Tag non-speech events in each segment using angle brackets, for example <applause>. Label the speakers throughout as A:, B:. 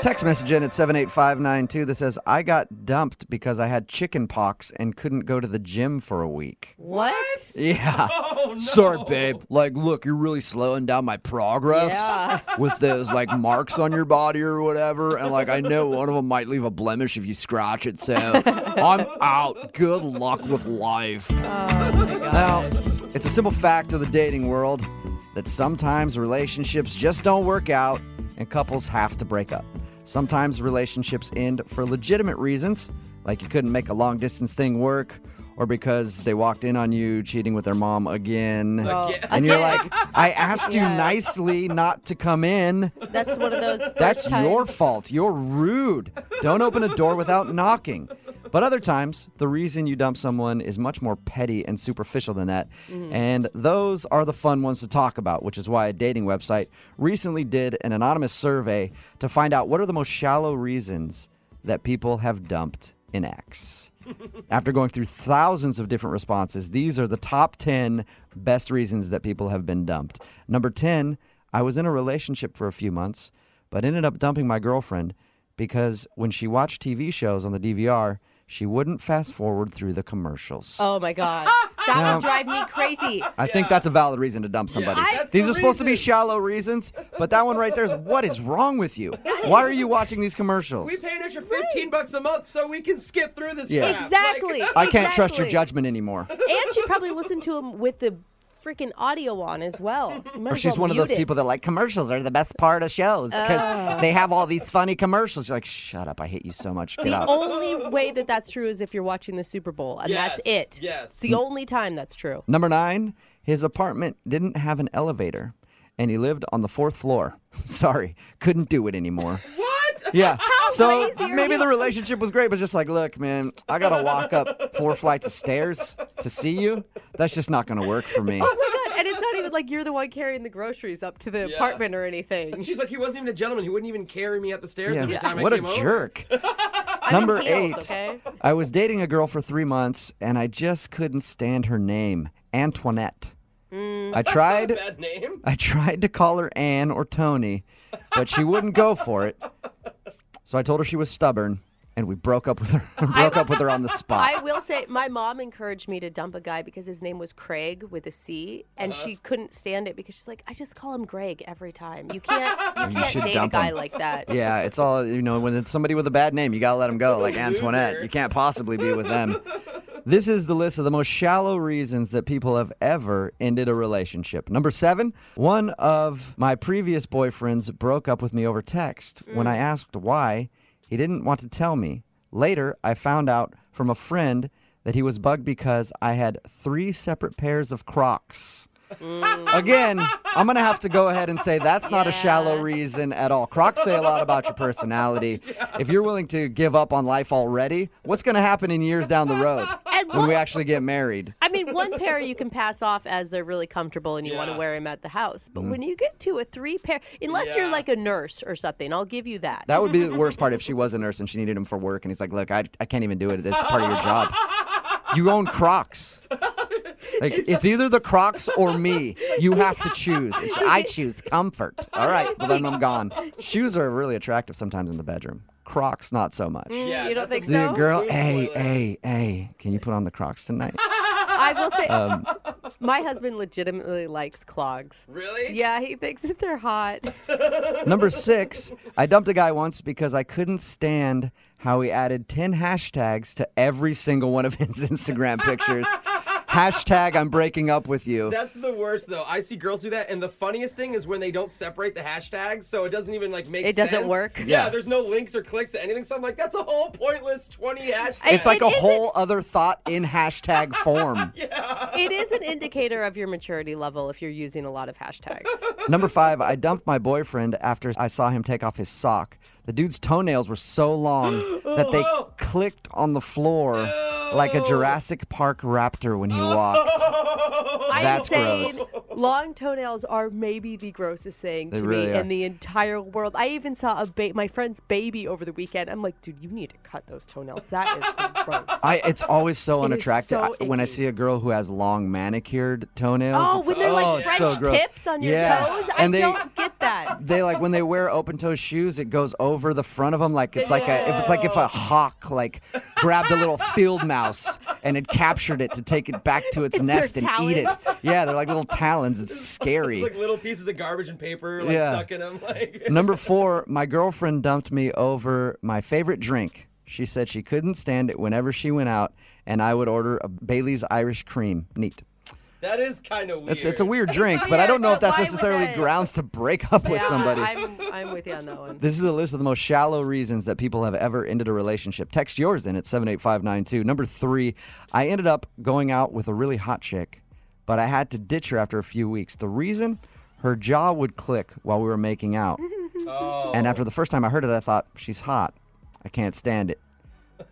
A: Text message in at 78592 that says, I got dumped because I had chicken pox and couldn't go to the gym for a week.
B: What?
A: Yeah.
C: <laughs> Oh, no.
A: Sorry, babe. Like, look, you're really slowing down my progress
B: Yeah.
A: with those like marks on your body or whatever. And like, I know one of them might leave a blemish if you scratch it. So I'm out. Good luck with life. Now, it's a simple fact of the dating world that sometimes relationships just don't work out and couples have to break up. Sometimes relationships end for legitimate reasons, like you couldn't make a long distance thing work or because they walked in on you cheating with their mom again.
B: Oh,
A: And you're like, I asked you
B: Yeah.
A: nicely not to come in.
B: That's one of those.
A: <laughs> That's
B: first time-
A: your fault. You're rude. Don't open a door without knocking. But other times, the reason you dump someone is much more petty and superficial than that.
B: Mm-hmm.
A: And those are the fun ones to talk about, which is why a dating website recently did an anonymous survey to find out what are the most shallow reasons that people have dumped an ex. After going through thousands of different responses, these are the top 10 best reasons that people have been dumped. Number 10, I was in a relationship for a few months, but ended up dumping my girlfriend because when she watched TV shows on the DVR, she wouldn't fast forward through the commercials.
B: Oh my <laughs> god, that would drive me <laughs> crazy.
A: I think that's a valid reason to dump somebody.
C: I- That's
A: these
C: the
A: are supposed to be
C: reason.
A: shallow reasons, but that one right there is what is wrong with you? Why are you watching these commercials?
C: We pay an extra 15 bucks a month so we can skip through this
A: Yeah.
C: crap.
B: Exactly.
C: Like,
A: I can't trust your
B: Exactly.
A: judgment anymore.
B: And she probably listened to him with the freaking audio on as well. You might
A: Or
B: as
A: she's
B: well
A: one of those
B: mute it. Oh.
A: people that like commercials are the best part of shows because they have all these funny commercials. You're like, shut up! I hate you so much. Get
B: The
A: out.
B: only way that that's true is if you're watching the Super Bowl, and that's
C: Yes,
B: it.
C: yes.
B: It's the only time that's <laughs> true.
A: Number nine, his apartment didn't have an elevator, and he lived on the fourth floor. <laughs> Sorry, couldn't do it
B: <laughs>
A: anymore.
C: What?
A: Yeah. so
B: crazy are
A: maybe
B: you?
A: the relationship was great, but just like, look, man, I gotta walk up four flights of stairs to see you. That's just not gonna work
B: <laughs>
A: for me.
B: Oh my god! And it's not even like you're the one carrying the groceries up to the
C: Yeah.
B: apartment or anything.
C: She's like, he wasn't even a gentleman. He wouldn't even carry me up the stairs every
A: Yeah.
C: time
A: What
C: <laughs> I
A: a
C: came over.
A: jerk.
B: I'm in
A: Number
B: heels,
A: eight.
B: Okay?
A: I was dating a girl for three months and I just couldn't stand her name, Antoinette. I tried.
C: Bad name.
A: I tried to call her Anne or Tony, but she wouldn't go for it. So I told her she was stubborn, and we broke up with her. <laughs> broke up with her on the spot.
B: I will say, my mom encouraged me to dump a guy because his name was Craig with a C, and
C: Uh-huh.
B: she couldn't stand it because she's like, I just call him Greg every time. You
C: <laughs>
B: can't, you can't
A: should
B: date a
A: dump
B: guy
A: him.
B: like that.
A: yeah, it's all you know. When it's somebody with a bad name, you gotta let them go. Like Antoinette,
C: Loser.
A: you can't possibly be with them. This is the list of the most shallow reasons that people have ever ended a relationship. Number seven, one of my previous boyfriends broke up with me over text. When I asked why, he didn't want to tell me. Later, I found out from a friend that he was bugged because I had three separate pairs of Crocs. Again, I'm going to have to go ahead and say that's not a
B: Yeah.
A: shallow reason at all. Crocs say a lot about your personality. If you're willing to give up on life already, what's going to happen in years down the road
B: And
A: when we
B: one-
A: actually get married?
B: I mean, one pair you can pass off as they're really comfortable and you want to
C: Yeah.
B: wear them at the house. But
A: Mm-hmm.
B: when you get to a three pair, unless you're
C: Yeah.
B: like a nurse or something, I'll give you that.
A: That would be the worst part if she was a nurse and she needed him for work, and he's like, "Look, I, I can't even do it. It's part of your job. You own Crocs. Like, it's either the Crocs or me. You have to choose. It's- I choose comfort. All right, well then I'm gone. Shoes are really attractive sometimes in the bedroom. Crocs, not so much.
C: Yeah,
B: you don't
C: that's
B: think
C: a-
A: The
B: so?
A: girl,
C: Food
A: hey,
C: spoiler.
A: hey, hey, can you put on the Crocs tonight?
B: I will say,
A: Um,
B: my husband legitimately likes clogs.
C: Really?
B: Yeah, he thinks that they're hot.
A: Number six, I dumped a guy once because I couldn't stand how he added 10 hashtags to every single one of his <laughs> Instagram pictures. Hashtag I'm breaking up with you.
C: That's the worst though. I see girls do that, and the funniest thing is when they don't separate the hashtags, so it doesn't even like make.
B: It doesn't
C: sense.
B: work.
C: Yeah,
A: Yeah.
C: there's no links or clicks to anything, so I'm like, that's a whole pointless 20 hashtags.
A: It's like
B: It
A: a
B: isn't-
A: whole other thought in hashtag
B: <laughs>
A: form.
B: it is an indicator of your maturity level if you're using a lot of hashtags.
A: Number five, I dumped my boyfriend after I saw him take off his sock. The dude's toenails were so long that
B: <gasps>
A: they clicked on the floor like a Jurassic Park raptor when he walked.
B: I'm
A: That's
B: saying
A: gross.
B: <laughs> Long toenails are maybe the grossest thing
A: They
B: to
A: really
B: me
A: are.
B: in the entire world. I even saw a ba- my friend's baby over the weekend. I'm like, dude, you need to cut those toenails. That
A: <laughs>
B: is gross.
A: I, it's always so
B: It is
A: unattractive
B: so
A: I- when I
B: icky.
A: see a girl who has long manicured toenails.
B: oh,
A: it's-
B: when they're
A: oh,
B: like
A: it's
B: French
A: so gross.
B: tips on your
A: Yeah.
B: toes, I
A: And they-
B: don't get that.
A: They like when they wear open toe shoes, it goes over the front of them like it's like a if it's like if a hawk like grabbed a little field mouse and had captured it to take it back to its,
B: It's their
A: nest and eat it.
B: talons.
A: Yeah, they're like little talons. It's scary.
C: It's like little pieces of garbage and paper like
A: Yeah.
C: stuck in them. Like
A: Number four, my girlfriend dumped me over my favorite drink. She said she couldn't stand it whenever she went out, and I would order a Bailey's Irish Cream, neat.
C: <laughs> that is kind of weird.
A: It's it's a weird drink,
D: weird,
A: but I don't know if
D: but
A: that's
D: why would
A: necessarily
D: that-
A: grounds to break up <laughs> with
B: Yeah,
A: somebody.
B: I'm, I'm with you on that one.
A: This is a list of the most shallow reasons that people have ever ended a relationship. Text yours in at 78592. Number three, I ended up going out with a really hot chick, but I had to ditch her after a few weeks. The reason? Her jaw would click while we were making out. And after the first time I heard it, I thought, she's hot. I can't stand it.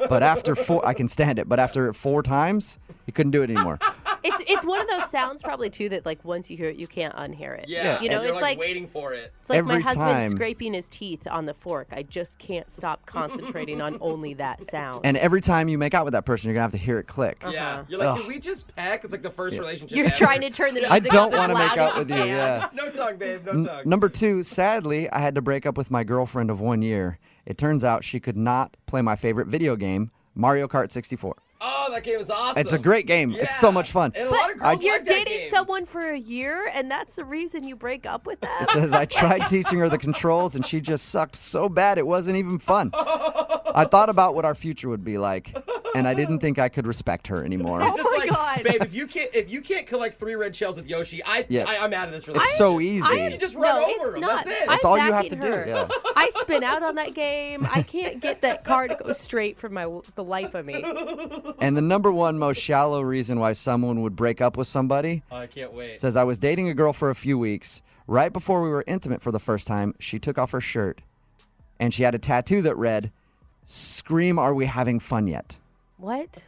A: But after four, I can stand it. But after four times, he couldn't do it anymore.
B: It's it's one of those sounds probably too that like once you hear it, you can't unhear it.
C: yeah,
B: you know,
C: and you're,
B: it's like.
C: waiting for it.
B: it's like
A: every
B: my husband
A: time.
B: scraping his teeth on the fork. I just can't stop concentrating on
A: <laughs>
B: only that sound.
A: And every time you make out with that person, you're going to have to hear it click.
C: Yeah, you're like, can we just pack? It's like the first relationship.
B: Uh-huh. <laughs> You're
C: ever.
B: trying to turn the music
A: I don't
B: want to
A: make out
B: <laughs>
A: with you. Yeah.
C: <laughs> No tongue, babe. No tongue.
A: Number two, sadly, I had to break up with my girlfriend of one year. It turns out she could not play my favorite video game, Mario Kart 64.
C: Oh, that game is awesome.
A: It's a great game. It's so
C: Yeah.
A: much fun.
C: And a lot of
A: I-
C: girls
A: You're
B: You're
C: like that
B: dating
C: game.
B: someone for a year, and that's the reason you break up with them.
A: Says I tried teaching her the controls and she just sucked so bad it wasn't even fun.
C: <laughs>
A: I thought about what our future would be like, and I didn't think I could respect her anymore.
C: It's
B: Oh
C: just
B: my
C: like,
B: God.
C: babe, if you can't if you can't collect three red shells with Yoshi, I,
A: Yeah.
C: I I'm out of this relationship.
A: It's so e-, easy.
C: You just run
B: no,
C: over
B: it's
C: them.
B: not.
C: That's it.
B: I'm
A: That's all you have to
B: backing
A: do,
B: her.
A: yeah.
B: <laughs> I spin out on that game. I can't get that car to go straight for my the life of <laughs> me.
A: And the number one most shallow reason why someone would break up with somebody
C: Oh, I can't wait.
A: says I was dating a girl for a few weeks. Right before we were intimate for the first time, she took off her shirt and she had a tattoo that read, Scream, are we having fun yet?
B: What?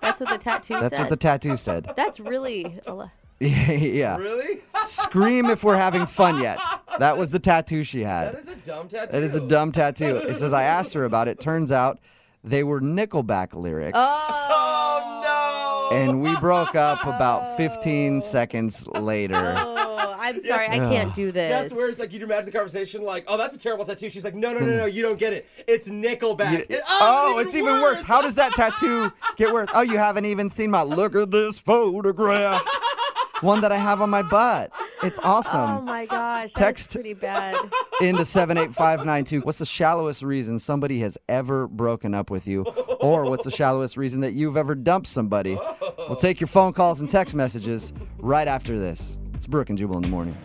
B: That's what the tattoo
A: That's
B: said.
A: what the tattoo said. <laughs>
B: That's really. a lo-
A: yeah.
C: really? <laughs>
A: Scream if we're having fun yet. That was the tattoo she had.
C: That is a dumb tattoo.
A: That is a dumb tattoo. It says I asked her about it. Turns out they were Nickelback lyrics.
C: Oh no.
A: And we broke up about 15 seconds later.
B: Oh, I'm sorry. I can't do this.
C: That's where it's like you can imagine the conversation, like, "Oh, that's a terrible tattoo." She's like, "No, no, no, no, you don't get it. It's Nickelback." And-
A: Mm. Oh, it's even worse. How does that tattoo get worse? Oh, you haven't even seen my look at this photograph. One that I have on my butt. It's
B: <laughs> Oh
A: awesome.
B: my gosh.
A: Text-
B: That's pretty bad.
A: Into 78592. What's the shallowest reason somebody has ever broken up with you? Or what's the shallowest reason that you've ever dumped somebody? We'll take your phone calls and text messages right after this. It's Brooke and Jubal in the morning.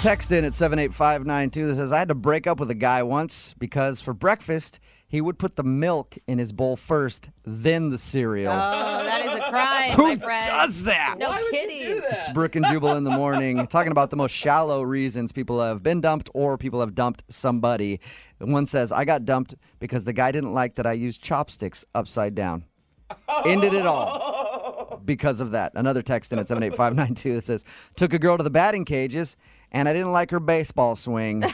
A: Text in at 78592 that says, I had to break up with a guy once because for breakfast, he would put the milk in his bowl first, then the cereal.
B: Oh, that is a crime,
A: Who
B: my friend.
A: does that?
B: No
C: Did you do
B: kidding.
C: that?
A: It's Brooke and Jubal in the morning, talking about the most shallow reasons people have been dumped or people have dumped somebody. One says, I got dumped because the guy didn't like that I used chopsticks upside down. Ended it all because of that. Another text in at 78592 that says, Took a girl to the batting cages and I didn't like her baseball swing.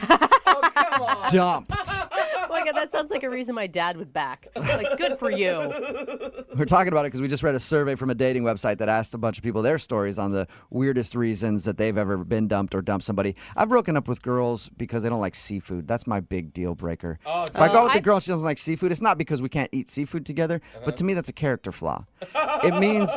A: Dumped.
B: Oh my god, that sounds like a reason my dad would
C: <laughs>
B: back. Like, good for you.
A: <laughs> We're talking about it because we just read a survey from a dating website that asked a bunch of people their stories on the weirdest reasons that they've ever been dumped or dumped somebody. I've broken up with girls because they don't like seafood. That's my big deal breaker. if I go with a girl she doesn't like seafood, it's not because we can't eat seafood together, but to me that's a character flaw. it means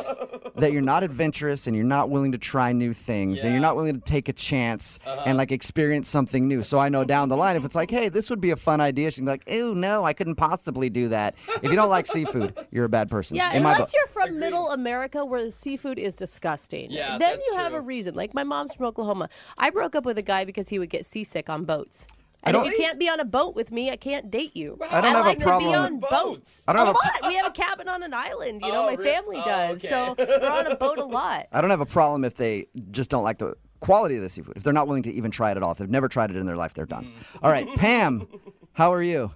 A: that you're not adventurous and you're not willing to try new things and you're
C: Yeah.
A: not willing to take a chance and like experience something new. So I know down the line if it's like, hey, this would be a fun idea, she's like, oh no, I couldn't possibly do that. If you don't like seafood, you're a bad person.
B: Yeah,
A: In my book.
B: unless you're from Middle America where the seafood is disgusting.
C: Yeah,
B: then
C: that's
B: you have
C: true.
B: a reason. Like my mom's from Oklahoma. I broke up with a guy because he would get seasick on boats. And if
A: don't-
B: you can't be on a boat with me, I can't date you.
A: I don't have a
B: like
A: problem-
B: to be on
C: Boats.
B: boats.
A: I don't have a-
B: lot. We have a cabin on an island. You know,
C: Oh,
B: my
C: re-
B: family
C: oh,
B: does.
C: okay.
B: So we're on a boat a
C: <laughs>
B: lot.
A: I don't have a problem if they just don't like the quality of the seafood. If they're not willing to even try it at all, if they've never tried it in their life, they're done. All right, Pam, how are you?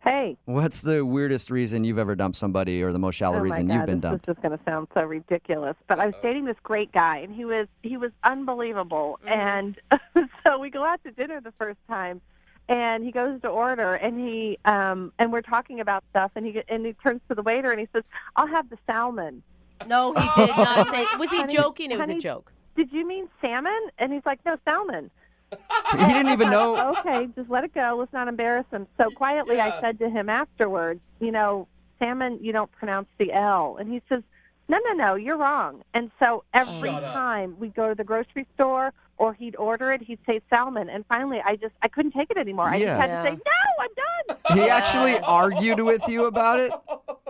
D: Hey.
A: What's the weirdest reason you've ever dumped somebody or the most shallow
D: oh
A: reason
D: my God,
A: you've been
D: this
A: dumped?
D: is just going to sound so ridiculous, but I was dating this great guy, and he was he was unbelievable. And <laughs> so we go out to dinner the first time, and he goes to order, and he um and we're talking about stuff, and he get- and he turns to the waiter and he says, "I'll have the salmon."
B: No, he did not say. Was he joking? It was a
D: honey,
B: joke.
D: Did you mean salmon? And he's like, "No, salmon."
A: <laughs> he didn't even
D: <laughs>
A: know.
D: okay, just let it go. Let's not embarrass him. So quietly,
C: Yeah.
D: I said to him afterwards, you know, salmon, you don't pronounce the L. And he says, no, no, no, you're wrong. And so every
C: Shut up.
D: time we go to the grocery store or he'd order it, he'd say salmon. And finally, I just, I couldn't take it anymore. I
A: Yeah.
D: just had
B: Yeah.
D: to say, no, I'm done.
A: He actually argued with you about it.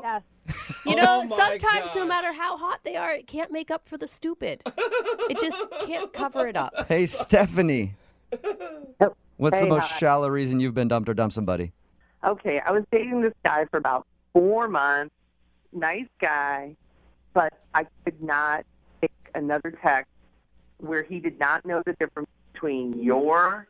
D: yes.
C: <laughs>
B: You know,
C: Oh my
B: sometimes no
C: gosh.
B: matter how hot they are, it can't make up for the stupid. it just
C: <laughs>
B: can't cover it up.
A: Hey, Stephanie. What's the
D: Hey,
A: most
D: hi.
A: shallow reason you've been dumped or dumped somebody?
D: Okay, I was dating this guy for about four months. Nice guy, but I could not take another text where he did not know the difference between your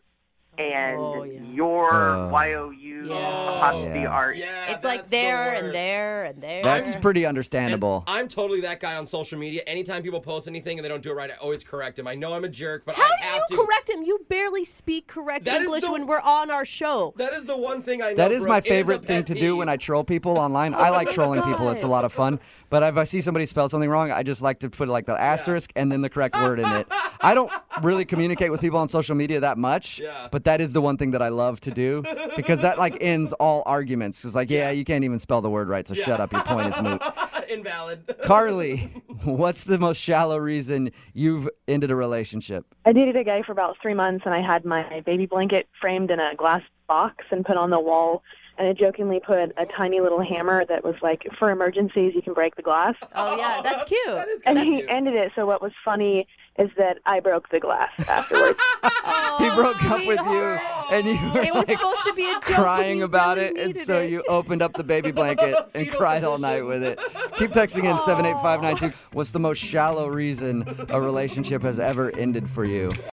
D: and
B: Oh, yeah.
D: your
A: Oh.
D: y o u
B: Yeah.
D: apostrophe
A: Yeah.
D: r.
C: <laughs>
D: E.
C: Yeah,
B: It's like
C: that's the
B: there and
C: worst.
B: there and there.
A: That's pretty
C: And
A: understandable.
C: I'm totally that guy on social media. Anytime people post anything and they don't do it right, I always correct them. I know I'm a jerk, but
B: How
C: I
B: do
C: have
B: you
C: to.
B: correct him? You barely speak correct
C: That is
B: English
C: the-
B: when we're on our show.
C: That is the one thing I know.
A: That is
C: bro.
A: my
C: It a
A: favorite thing
C: pet
A: to do when I
C: peeve.
A: troll people
C: <laughs>
A: online. I like
B: my
A: trolling people, it's a
B: God.
A: lot of fun. But if I see somebody spell something wrong, I just like to put like the asterisk and then the correct word in it. I don't really communicate with people on social media that much,
C: Yeah.
A: but that is the one thing that I love to do because that like ends all arguments. It's like, yeah, you can't even spell the word right, so shut up. Your point is
C: <laughs>
A: moot.
C: Invalid.
A: Carly, what's the most shallow reason you've ended a relationship?
E: I dated a guy for about three months, and I had my baby blanket framed in a glass box and put on the wall. And I jokingly put a tiny little hammer that was like, for emergencies, you can break the glass.
B: Oh yeah, that's cute.
C: <laughs> That is
E: And
C: kinda
E: he
C: cute.
E: ended it. So what was funny is that I broke the glass afterwards.
B: Oh,
A: he broke up with you
B: sweetheart.
A: and you were
B: It was
A: <laughs> like,
B: supposed to be a joke. and
A: crying
B: you
A: about
B: really
A: it, and
B: needed
A: so
B: it.
A: you opened up the
B: <laughs>
A: baby blanket and
C: Fetal
A: cried all night
C: position.
A: with it. Keep texting in 78592. What's the most shallow reason a relationship has ever ended for you?